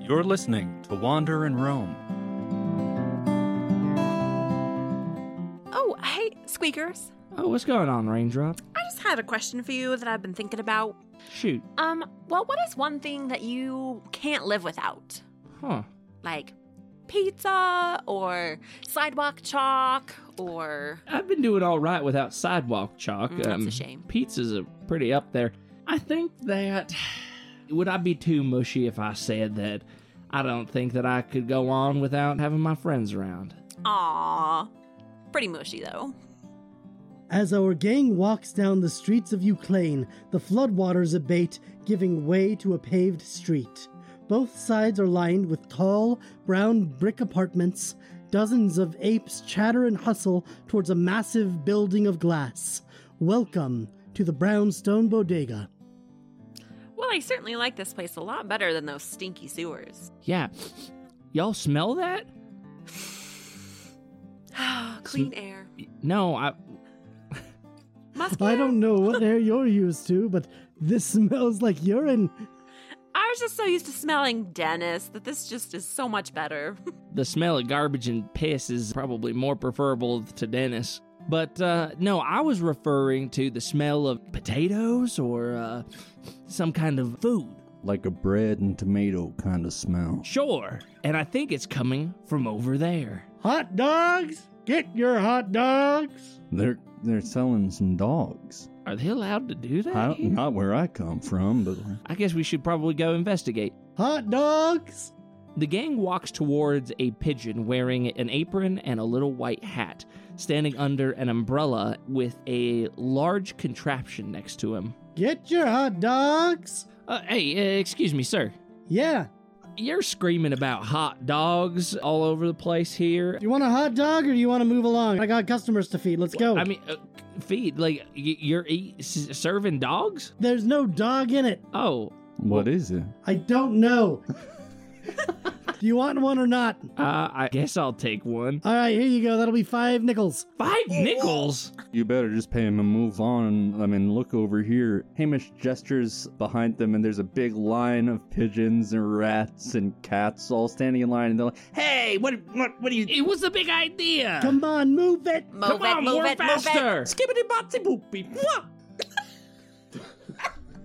You're listening to Wander in Rome. Oh, hey, Squeakers. Oh, what's going on, Raindrop? I just had a question for you that I've been thinking about. Shoot. Um, well, what is one thing that you can't live without? Huh. Like pizza or sidewalk chalk or. I've been doing all right without sidewalk chalk. Um, Mm, that's a shame. Pizza's are pretty up there. I think that. Would I be too mushy if I said that I don't think that I could go on without having my friends around? Aw. Pretty mushy, though. As our gang walks down the streets of Euclane, the floodwaters abate, giving way to a paved street. Both sides are lined with tall, brown brick apartments. Dozens of apes chatter and hustle towards a massive building of glass. Welcome to the Brownstone Bodega. Well, I certainly like this place a lot better than those stinky sewers. Yeah. Y'all smell that? Clean air. No, I. Must I don't know what air you're used to, but this smells like urine. I was just so used to smelling Dennis that this just is so much better. The smell of garbage and piss is probably more preferable to Dennis. But uh, no, I was referring to the smell of potatoes or uh, some kind of food. Like a bread and tomato kind of smell. Sure. And I think it's coming from over there. Hot dogs! Get your hot dogs! They're they're selling some dogs. Are they allowed to do that? I here? don't, not where I come from, but I guess we should probably go investigate. Hot dogs! The gang walks towards a pigeon wearing an apron and a little white hat, standing under an umbrella with a large contraption next to him. Get your hot dogs! Uh, hey, uh, excuse me, sir. Yeah, You're screaming about hot dogs all over the place here. you want a hot dog or do you want to move along? I got customers to feed. Let's go. I mean, uh, feed like y- you're eat, s- serving dogs? There's no dog in it. Oh, what is it? I don't know. do you want one or not? uh, I guess I'll take one. All right, here you go. That'll be five nickels. Five nickels. You better just pay him and move on. I mean, look over here. Hamish gestures behind them, and there's a big line of pigeons and rats and cats all standing in line. And they're like, "Hey, what, what, what are you?" It was a big idea. Come on, move it. Move Come it, on, move we're it, move it. faster. Skibbity botsy boopy. Mwah!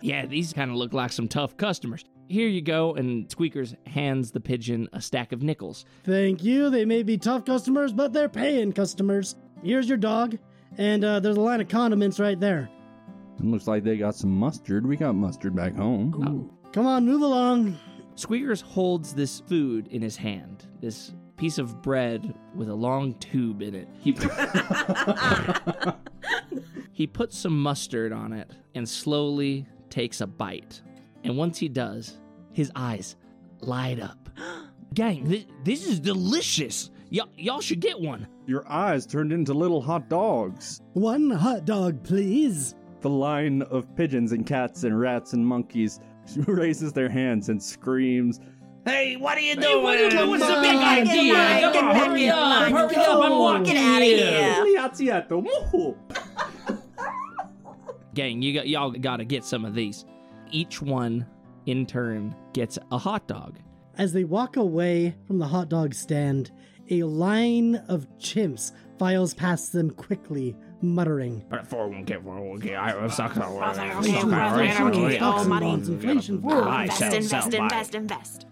Yeah, these kind of look like some tough customers. Here you go, and Squeakers hands the pigeon a stack of nickels. Thank you. They may be tough customers, but they're paying customers. Here's your dog. And uh, there's a line of condiments right there. It looks like they got some mustard. We got mustard back home. Come on, move along. Squeakers holds this food in his hand, this piece of bread with a long tube in it. He, he puts some mustard on it and slowly takes a bite. And once he does, his eyes light up. Gang, thi- this is delicious. Y'all y'all should get one. Your eyes turned into little hot dogs. One hot dog, please. The line of pigeons and cats and rats and monkeys raises their hands and screams, Hey, what are you doing? what are you doing? What's the big on, idea? get back, Come get on, back hurry in up, line, hurry up, I'm go. walking Get outta here. Gang, you got y'all got to get some of these. Each one in turn gets a hot dog. As they walk away from the hot dog stand, a line of chimps files past them quickly, muttering. inflation, Invest, invest, invest, invest.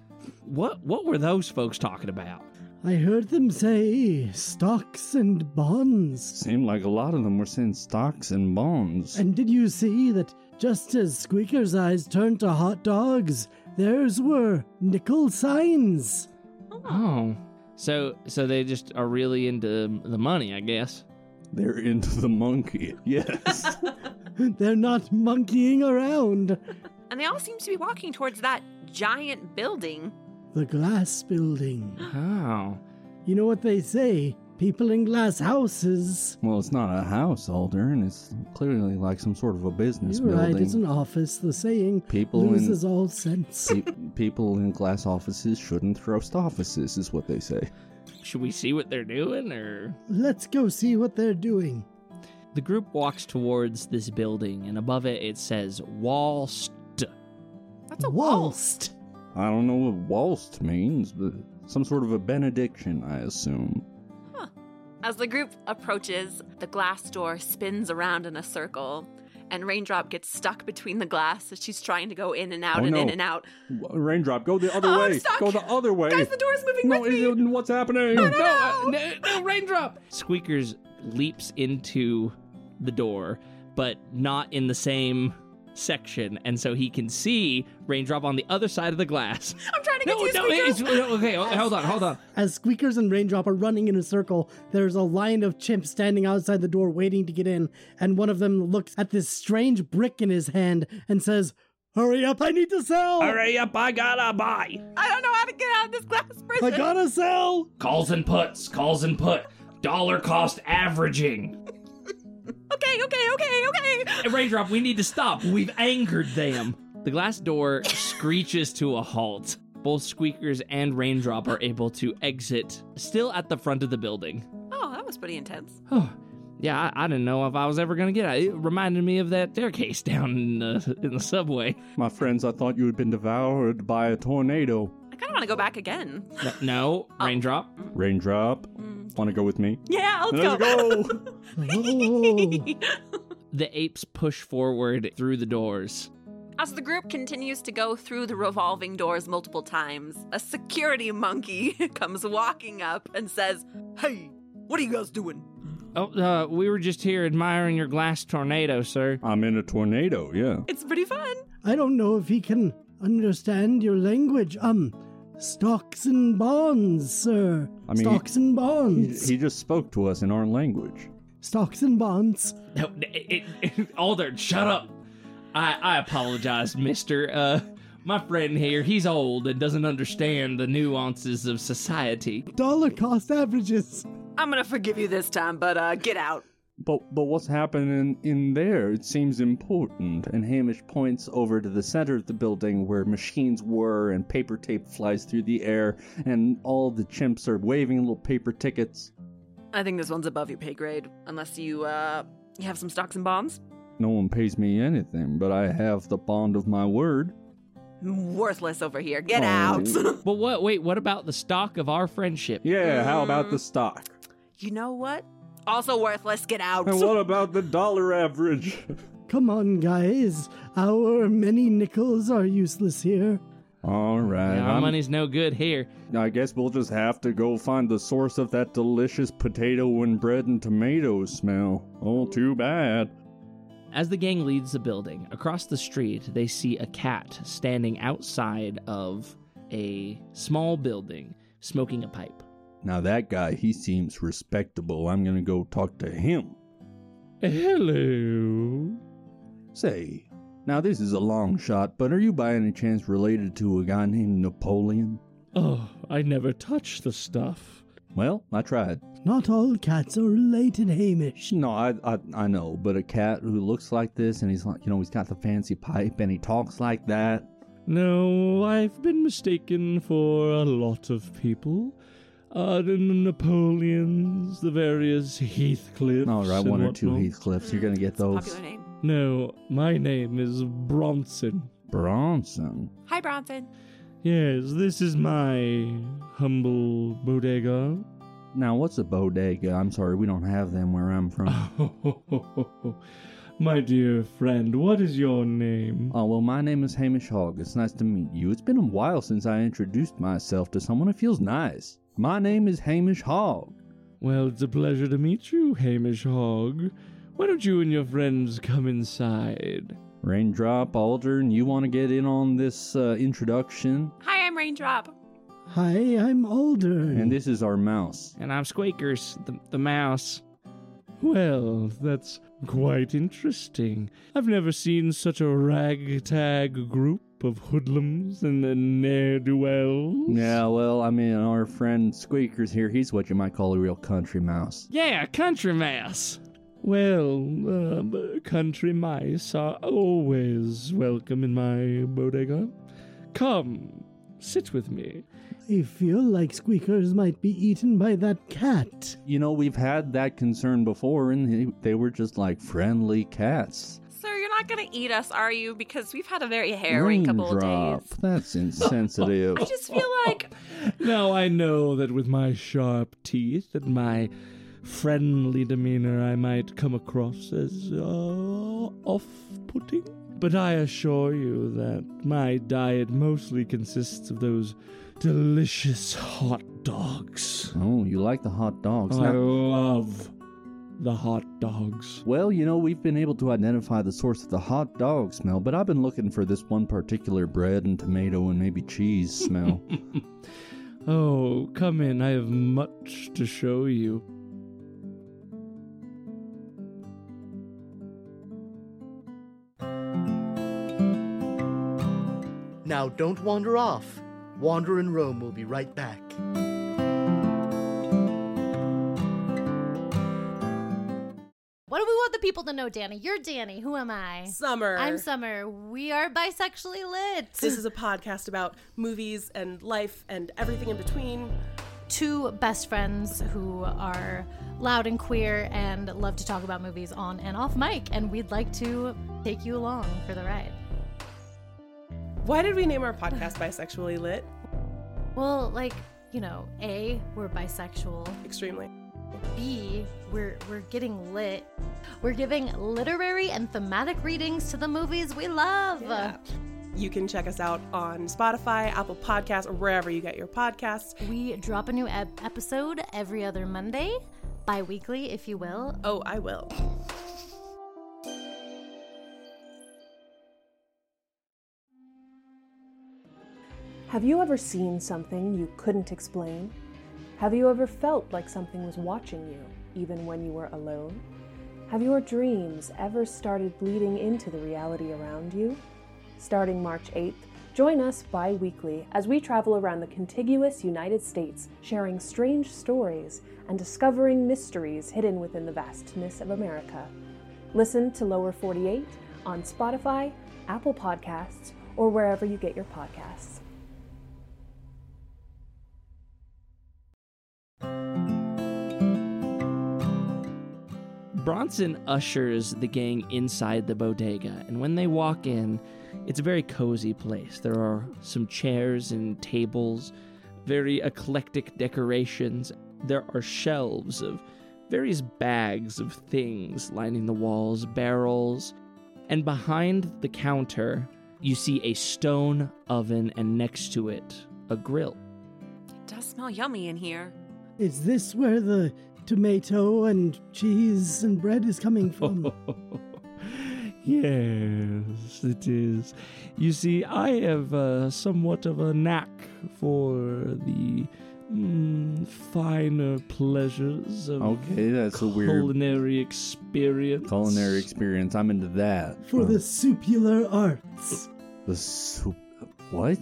What what were those folks talking about? I heard them say stocks and bonds. Seemed like a lot of them were saying stocks and bonds. And did you see that just as Squeaker's eyes turned to hot dogs, theirs were nickel signs? Oh, so so they just are really into the money, I guess. They're into the monkey. Yes. They're not monkeying around. And they all seem to be walking towards that giant building. The glass building. Oh, You know what they say? People in glass houses. well, it's not a house, Alder, and it's clearly like some sort of a business You're building. right, it's an office. The saying People in- loses all sense. Pe- people in glass offices shouldn't thrust offices, is what they say. should we see what they're doing or? Let's go see what they're doing. The group walks towards this building, and above it it says Wall St. That's a Whilst I don't know what waltzed means, but some sort of a benediction, I assume. As the group approaches, the glass door spins around in a circle, and Raindrop gets stuck between the glass as she's trying to go in and out Oh, and in no. and out. W- Raindrop, go the other Oh, I'm way. stuck. Go the other way. Guys, the door's moving no, with me. it- what's happening? no, uh, no, no, raindrop. Squeakers leaps into the door, but not in the same section, and so he can see raindrop on the other side of the glass. I'm trying to get No, to Oh, no, you, it's, Squeaker. no, okay, hold on, hold on. As Squeakers and Raindrop are running in a circle, there's a line of chimps standing outside the door waiting to get in, and one of them looks at this strange brick in his hand and says, Hurry up, I need to sell! Hurry up, I gotta buy. I don't know how to get out of this glass prison. I gotta sell! Calls and puts, calls and put. Dollar cost averaging. Okay, okay, okay, okay. Hey, Raindrop, we need to stop. We've angered them. The glass door screeches to a halt. Both Squeakers and Raindrop are able to exit, still at the front of the building. Oh, that was pretty intense. Oh, yeah, I, I didn't know if I was ever gonna get out. It reminded me of that staircase down in the in the subway. My friends, I thought you had been devoured by a tornado. I kind of want to go back again. No, no, raindrop. Raindrop, Mm. want to go with me? Yeah, Hmm. let's Let's go. Oh. The apes push forward through the doors. As the group continues to go through the revolving doors multiple times, a security monkey comes walking up and says, Hey, what are you guys doing? Oh, uh, we were just here admiring your glass tornado, sir. I'm in a tornado, yeah. It's pretty fun. I don't know if he can understand your language. Um, stocks and bonds, sir. I mean, stocks and He, bonds. he just spoke to us in our language. stocks and bonds. No, it, it, it, Alder, shut up. I I apologize, Mister. Uh, my friend here, he's old and doesn't understand the nuances of society. Dollar cost averages. I'm gonna forgive you this time, but uh, get out. But but what's happening in there? It seems important. And Hamish points over to the center of the building where machines were, and paper tape flies through the air, and all the chimps are waving little paper tickets. I think this one's above your pay grade, unless you uh, you have some stocks and bonds. No one pays me anything, but I have the bond of my word. Worthless over here. Get Oh. out. But what? Wait, what about the stock of our friendship? Yeah, how about Mm. the stock? you know what? Also worthless. Get out. And what about the dollar average? Come on, guys. Our many nickels are useless here. All right, Yeah, our I'm- money's no good here. I guess we'll just have to go find the source of that delicious potato and bread and tomato smell. Oh, too bad. As the gang leaves the building, across the street, they see a cat standing outside of a small building smoking a pipe. Now that guy, he seems respectable. I'm gonna go talk to him. Hello. Say, now this is a long shot, but are you by any chance related to a guy named Napoleon? Oh, I never touch the stuff. Well, I tried. Not all cats are related, Hamish. No, I, I I know, but a cat who looks like this and he's like, you know, he's got the fancy pipe and he talks like that. No, I've been mistaken for a lot of people. Uh, the Napoleons, the various Heathcliffs. All right, one or two Heathcliffs, you're gonna get those. Popular name. No, my name is Bronson. Bronson. Hi, Bronson. Yes, this is my humble bodega. Now, what's a bodega? I'm sorry, we don't have them where I'm from. my dear friend, what is your name? Oh, well, my name is Hamish Hogg. It's nice to meet you. It's been a while since I introduced myself to someone. It feels nice. My name is Hamish Hogg. Well, it's a pleasure to meet you, Hamish Hogg. Why don't you and your friends come inside? Raindrop Aldern, you want to get in on this uh, introduction? Hi, I'm Raindrop. Hi, I'm Aldern. And this is our mouse. And I'm Squeakers, the, the mouse. Well, that's quite interesting. I've never seen such a ragtag group of hoodlums and ne'er-do-wells. Yeah, well, I mean, our friend Squeakers here, he's what you might call a real country mouse. Yeah, country mice. Well, um, country mice are always welcome in my bodega. Come, sit with me. I feel like Squeakers might be eaten by that cat. You know, we've had that concern before, and they, they were just like friendly cats. Sir, you're not not going to eat us, are you? Because we've had a very hairy couple Raindrop. of days. That's insensitive. I just feel like Now I know that with my sharp teeth and my friendly demeanor, I might come across as uh, off putting. But I assure you that my diet mostly consists of those delicious hot dogs. oh, you like the hot dogs. Oh, I Now- love the hot dogs. well, you know, we've been able to identify the source of the hot dog smell, but I've been looking for this one particular bread and tomato and maybe cheese smell. Oh, come in. I have much to show you. Now don't wander off. Wander in Rome will be right back. What do we want the people to know, Danny? You're Danny. Who am I? Summer. I'm Summer. We are bisexually lit. This is a podcast about movies and life and everything in between. two best friends who are loud and queer and love to talk about movies on and off mic, and we'd like to take you along for the ride. Why did we name our podcast Bisexually Lit? Well, like, you know, A, we're bisexual. Extremely. B, we're we're getting lit. We're giving literary and thematic readings to the movies we love. You can check us out on Spotify, Apple Podcasts, or wherever you get your podcasts. We drop a new ep- episode every other Monday, bi weekly, if you will. Oh, I will. Have you ever seen something you couldn't explain? Have you ever felt like something was watching you, even when you were alone? Have your dreams ever started bleeding into the reality around you? Starting March 8th, join us bi weekly as we travel around the contiguous United States, sharing strange stories and discovering mysteries hidden within the vastness of America. Listen to Lower 48 on Spotify, Apple Podcasts, or wherever you get your podcasts. Bronson ushers the gang inside the bodega, and when they walk in, it's a very cozy place. There are some chairs and tables, very eclectic decorations. There are shelves of various bags of things lining the walls, barrels, and behind the counter, you see a stone oven, and next to it, a grill. it does smell yummy in here. Is this where the tomato and cheese and bread is coming from? Mm. yes, it is. You see, I have uh, somewhat of a knack for the mm, finer pleasures of okay, that's a weird culinary experience. culinary experience. I'm into that. Uh, For the supular arts. The soup. What?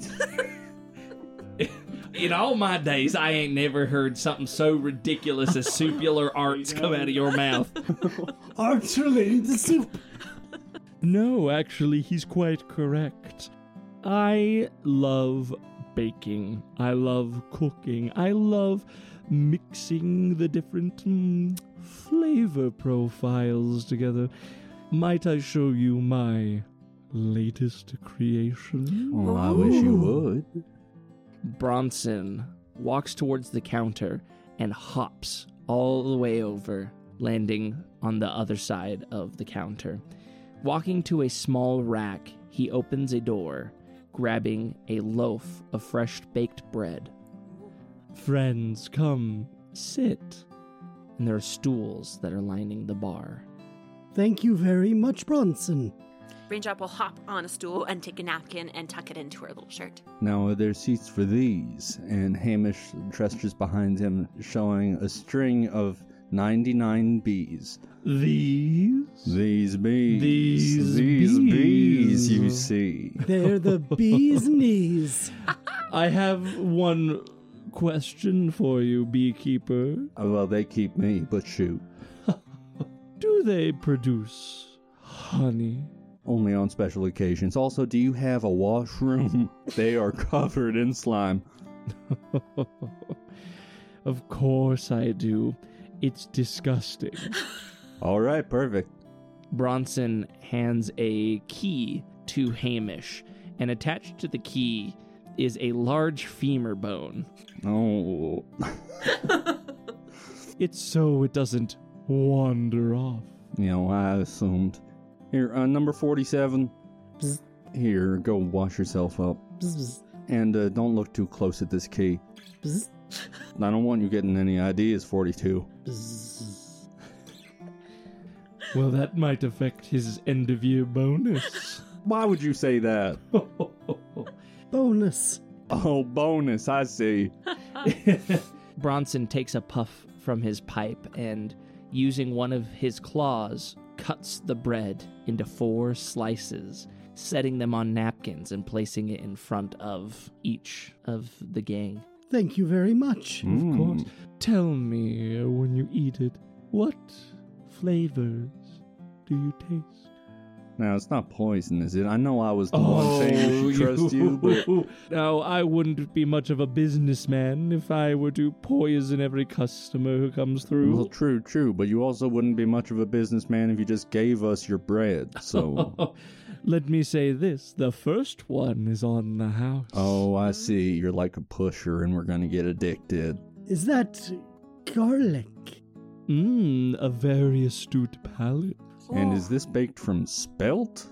In all my days, I ain't never heard something so ridiculous as supular arts come out of your mouth. arts related to soup. No, actually, he's quite correct. I love baking. I love cooking. I love mixing the different mm, flavor profiles together. Might I show you my latest creation? Oh, I wish you would. Bronson walks towards the counter and hops all the way over, landing on the other side of the counter. Walking to a small rack, he opens a door, grabbing a loaf of fresh baked bread. Friends, come, sit. And there are stools that are lining the bar. Thank you very much, Bronson. Raindrop will hop on a stool and take a napkin and tuck it into her little shirt. Now are there seats for these? And Hamish gestures behind him, showing a string of 99 bees. These? These bees. These These bees, bees. you see. They're the bee's knees. I have one question for you, beekeeper. Oh, well, they keep me, but shoot. Do they produce honey? Only on special occasions. Also, do you have a washroom? they are covered in slime. of course I do. It's disgusting. All right, perfect. Bronson hands a key to Hamish, and attached to the key is a large femur bone. Oh. It's so it doesn't wander off. You know, I assumed. Here, uh, number 47. Bzz. Here, go wash yourself up. Bzz, And uh, don't look too close at this key. bzz, bzz, I don't want you getting any ideas, 42. bzz. Well, that might affect his end of year bonus. Why would you say that? Bonus. Oh, bonus, I see. Bronson takes a puff from his pipe and, using one of his claws, cuts the bread into four slices, setting them on napkins and placing it in front of each of the gang. Thank you very much. Mm. Tell me when you eat it, what flavors do you taste? Now, it's not poison, is it? I know I was the one saying we should trust Oh, you, but now I wouldn't be much of a businessman if I were to poison every customer who comes through. Well, true, true, but you also wouldn't be much of a businessman if you just gave us your bread. So, Let me say this the first one is on the house. oh, I see. You're like a pusher, and we're gonna get addicted. Is that garlic? Mmm, a very astute palate. And is this baked from spelt?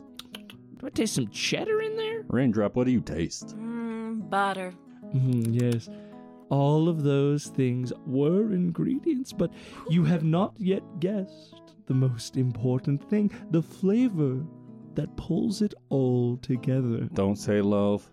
Do I taste some cheddar in there? Raindrop, what do you taste? Mm, butter. Mm, yes. All of those things were ingredients, but you have not yet guessed the most important thing the flavor that pulls it all together. Don't say love.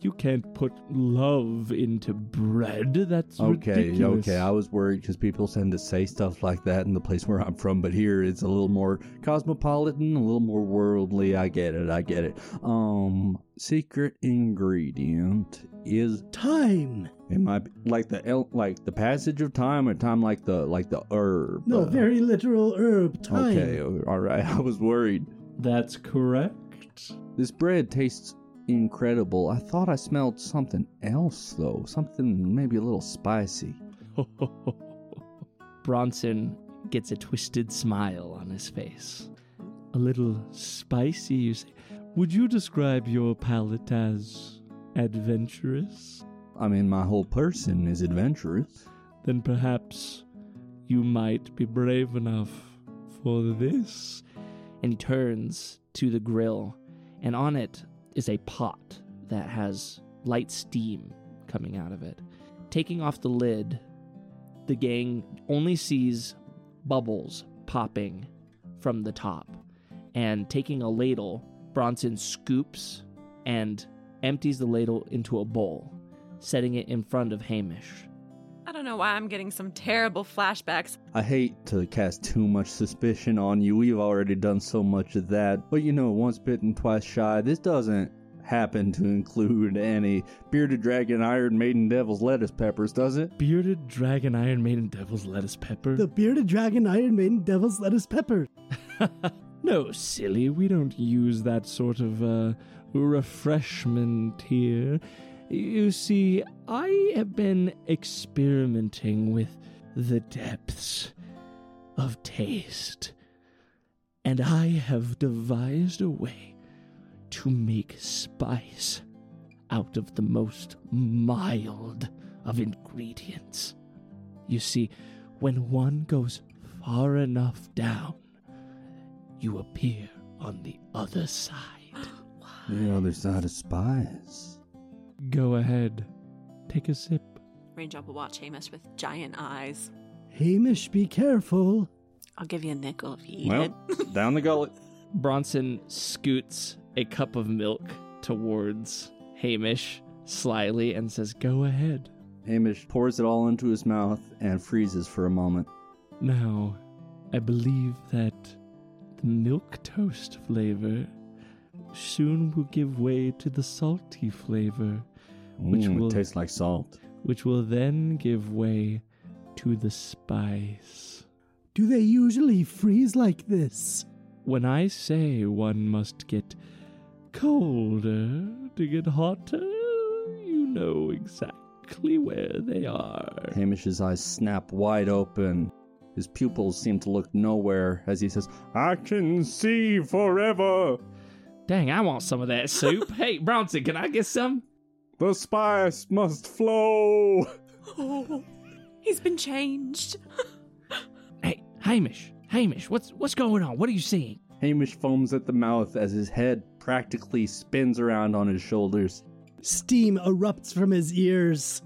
You can't put love into bread. That's Okay, ridiculous. okay. I was worried because people tend to say stuff like that in the place where I'm from, but here it's a little more cosmopolitan, a little more worldly. I get it. I get it. Um, secret ingredient is Time. It might be like the el- like the passage of time, or time like the like the herb. No, uh, very literal herb. Time. Okay, all right. I was worried. That's correct. This bread tastes incredible. I thought I smelled something else though, something maybe a little spicy. Bronson gets a twisted smile on his face. A little spicy, you say. Would you describe your palate as adventurous? I mean, my whole person is adventurous. Then perhaps you might be brave enough for this. And he turns to the grill, and on it is a pot that has light steam coming out of it. Taking off the lid, the gang only sees bubbles popping from the top. And taking a ladle, Bronson scoops and empties the ladle into a bowl, setting it in front of Hamish. I don't know why I'm getting some terrible flashbacks. I hate to cast too much suspicion on you. We've already done so much of that. But you know, once bitten, twice shy. This doesn't happen to include any bearded dragon, iron maiden, devil's lettuce peppers, does it? Bearded dragon, Iron Maiden, Devil's Lettuce Pepper. The bearded dragon, Iron Maiden, Devil's Lettuce Pepper. no, silly, we don't use that sort of uh, refreshment here. You see, I have been experimenting with the depths of taste, and I have devised a way to make spice out of the most mild of ingredients. You see, when one goes far enough down, you appear on the other side. The other side of spies. Go ahead, take a sip. Raindrop will watch Hamish with giant eyes. Hamish, be careful. I'll give you a nickel if you eat Well, it. down the gullet. Bronson scoots a cup of milk towards Hamish slyly and says, Go ahead. Hamish pours it all into his mouth and freezes for a moment. Now, I believe that the milk toast flavor soon will give way to the salty flavor, Which Mm, will- it tastes like salt. which will then give way to the spice. Do they usually freeze like this? When I say one must get colder to get hotter, you know exactly where they are. Hamish's eyes snap wide open. His pupils seem to look nowhere as he says, I can see forever. Dang, I want some of that soup. hey, Bronson, can I get some? The spice must flow. Oh, he's been changed. Hey, Hamish, Hamish, what's what's going on? What are you seeing? Hamish foams at the mouth as his head practically spins around on his shoulders. Steam erupts from his ears.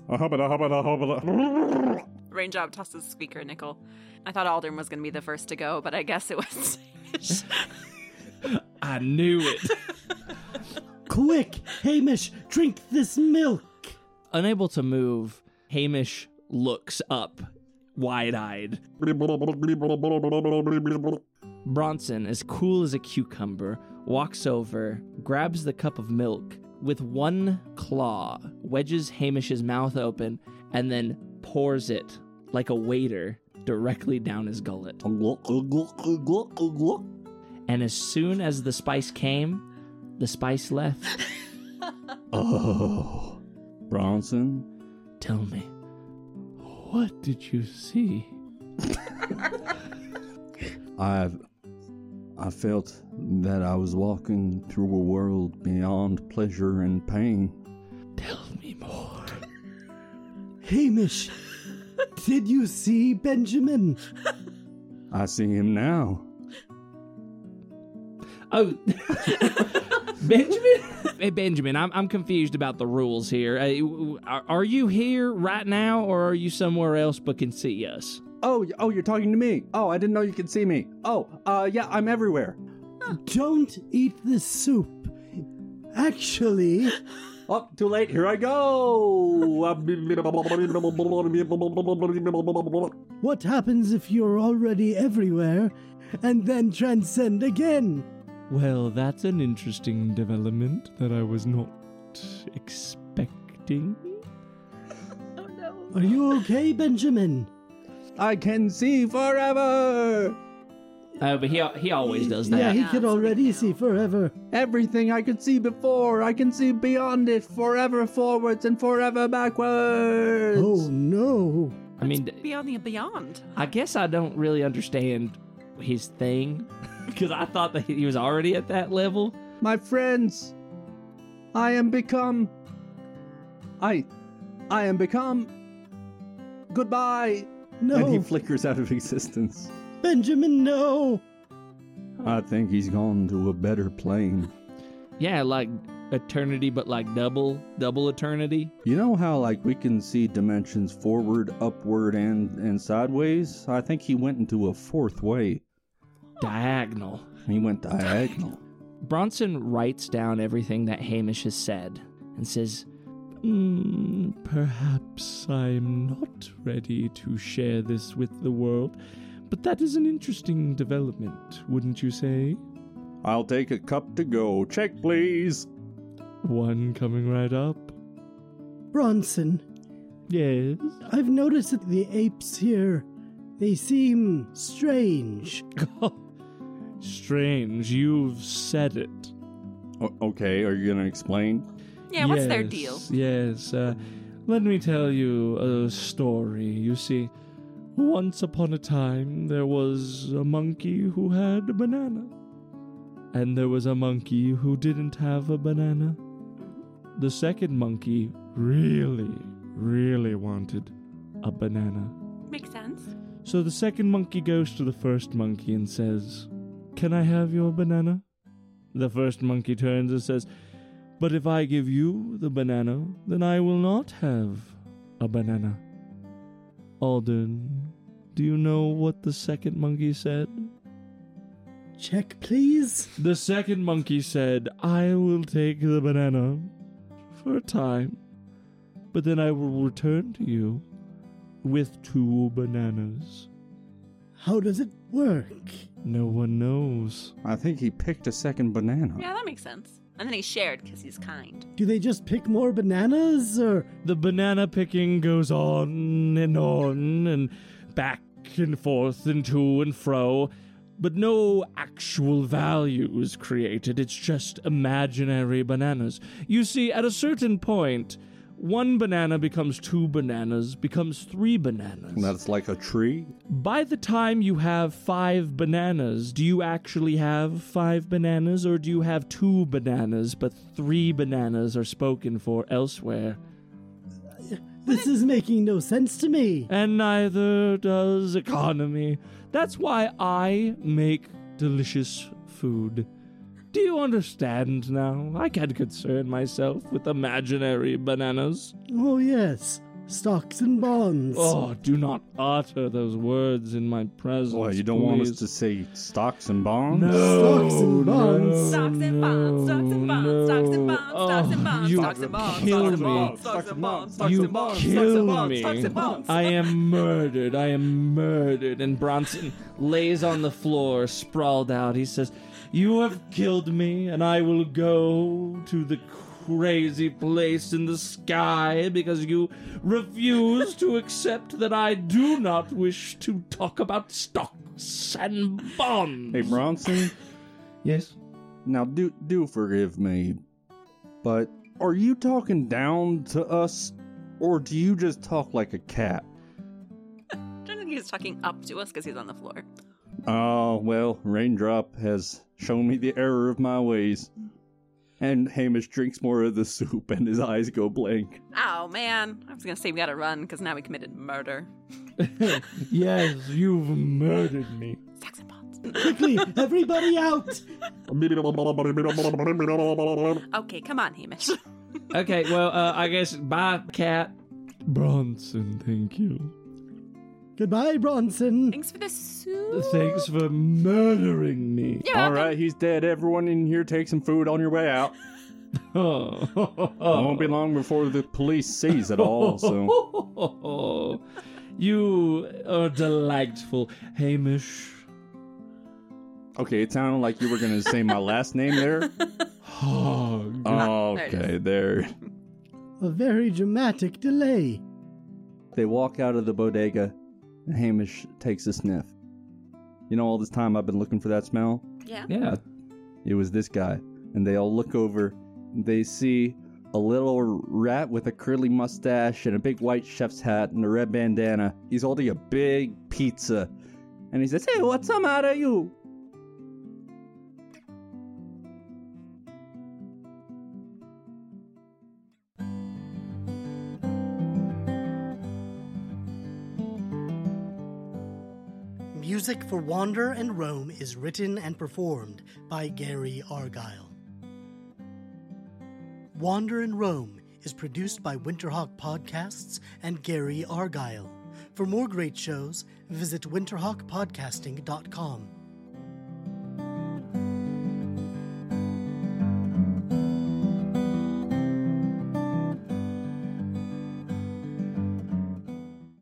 Raindrop tosses Squeaker a nickel. I thought Aldern was going to be the first to go, but I guess it was. Hamish. I knew it. Quick, Hamish, drink this milk. Unable to move, Hamish looks up, wide-eyed. Bronson, as cool as a cucumber, walks over, grabs the cup of milk, with one claw, wedges Hamish's mouth open, and then pours it like a waiter directly down his gullet. And as soon as the spice came, the spice left. Oh, Bronson, Tell me, what did you see? I've I felt that I was walking through a world beyond pleasure and pain. Tell me more. Hamish, did you see Benjamin? I see him now. Oh, Benjamin? Hey, Benjamin, I'm, I'm confused about the rules here. Uh, w- Are, are you here right now, or are you somewhere else but can see us? Oh, y- oh, you're talking to me. Oh, I didn't know you could see me. Oh, uh, yeah, I'm everywhere. Don't eat this soup. Actually, Oh, too late. Here I go. what happens if you're already everywhere and then transcend again? Well, that's an interesting development that I was not expecting. Are you okay, Benjamin? I can see forever. Oh, but he he always does Yeah, that. he Yeah, could that's already see forever. Everything I could see before, I can see beyond it, forever forwards and forever backwards. Oh no. I mean, d- Beyond the beyond. I guess I don't really understand his thing because I thought that he was already at that level. My friends, I am become. I, I am become. Goodbye. And he No. flickers out of existence. Benjamin, no. I think he's gone to a better plane. Yeah, like eternity, but like double double eternity. You know how like we can see dimensions forward, upward, and and sideways? I think he went into a fourth way. diagonal. He went diagonal. Bronson writes down everything that Hamish has said and says, "Hmm, Perhaps I'm not ready to share this with the world, but that is an interesting development, wouldn't you say? I'll take a cup to go. Check, please. One coming right up. Bronson, Yes. I've noticed that the apes here, they seem strange. Strange, you've said it. O- okay, are you gonna explain? Yeah, what's their deal? Yes, uh, let me tell you a story. You see, once upon a time there was a monkey who had a banana, and there was a monkey who didn't have a banana. The second monkey really, really wanted a banana. Makes sense. So the second monkey goes to the first monkey and says, Can I have your banana? The first monkey turns and says, But if I give you the banana, then I will not have a banana. Alden, do you know what the second monkey said? Check, please. The second monkey said, I will take the banana for a time, but then I will return to you with two bananas. How does it work? No one knows. I think he picked a second banana. Yeah, that makes sense. And then he shared because he's kind. Do they just pick more bananas or The banana picking goes on and on and back and forth and to and fro, but no actual value is created. It's just imaginary bananas. You see, at a certain point, One banana becomes two bananas, becomes three bananas. That's like a tree. By the time you have five bananas, do you actually have five bananas, or do you have two bananas, but three bananas are spoken for elsewhere? This is making no sense to me. And neither does economy. That's why I make delicious food. Do you understand now? I can't concern myself with imaginary bananas. Oh, yes. Stocks and bonds. Oh, do not utter those words in my presence. Well, you don't want us please. to say stocks and bonds? Stocks and bonds. Stocks and bonds, stocks and bonds, stocks and bonds, stocks and bonds, stocks and bonds, Oh, You stocks kill and me. bonds, stocks and bonds, stocks You and bonds, stocks and kill bonds, me. stocks and bonds. I am murdered. I am murdered. And Bronson lays on the floor, sprawled out. He says, You have killed me, and I will go to the crazy place in the sky because you refuse to accept that I do not wish to talk about stocks and bonds. Hey, Bronson, Yes. now do do forgive me, but are you talking down to us, or do you just talk like a cat? I think he's talking up to us because he's on the floor. Oh, well, Raindrop has shown me the error of my ways. And Hamish drinks more of the soup and his eyes go blank. Oh man, I was gonna say we gotta run because now we committed murder. Yes, you've murdered me. Stocks and bonds. Quickly, everybody out! Okay, come on, Hamish. Okay, well, uh, I guess bye, cat. Bronson, thank you. Goodbye, Bronson. Thanks for the soup. Thanks for murdering me. You're All welcome. right, he's dead. Everyone in here take some food on your way out. Oh. It won't be long before the police sees it all, so. you are delightful, Hamish Okay, it sounded like you were going to say my last name there. Hog. Okay, there. A very dramatic delay. They walk out of the bodega, and Hamish takes a sniff. You know, all this time I've been looking for that smell? Yeah. yeah. It was this guy. And they all look over. And they see a little rat with a curly mustache and a big white chef's hat and a red bandana. He's holding a big pizza. And he says, Hey, what's the matter, you? Music for Wander and Roam is written and performed by Gary Argyle. Wander and Roam is produced by Winterhawk Podcasts and Gary Argyle. For more great shows, visit winterhawkpodcasting.com.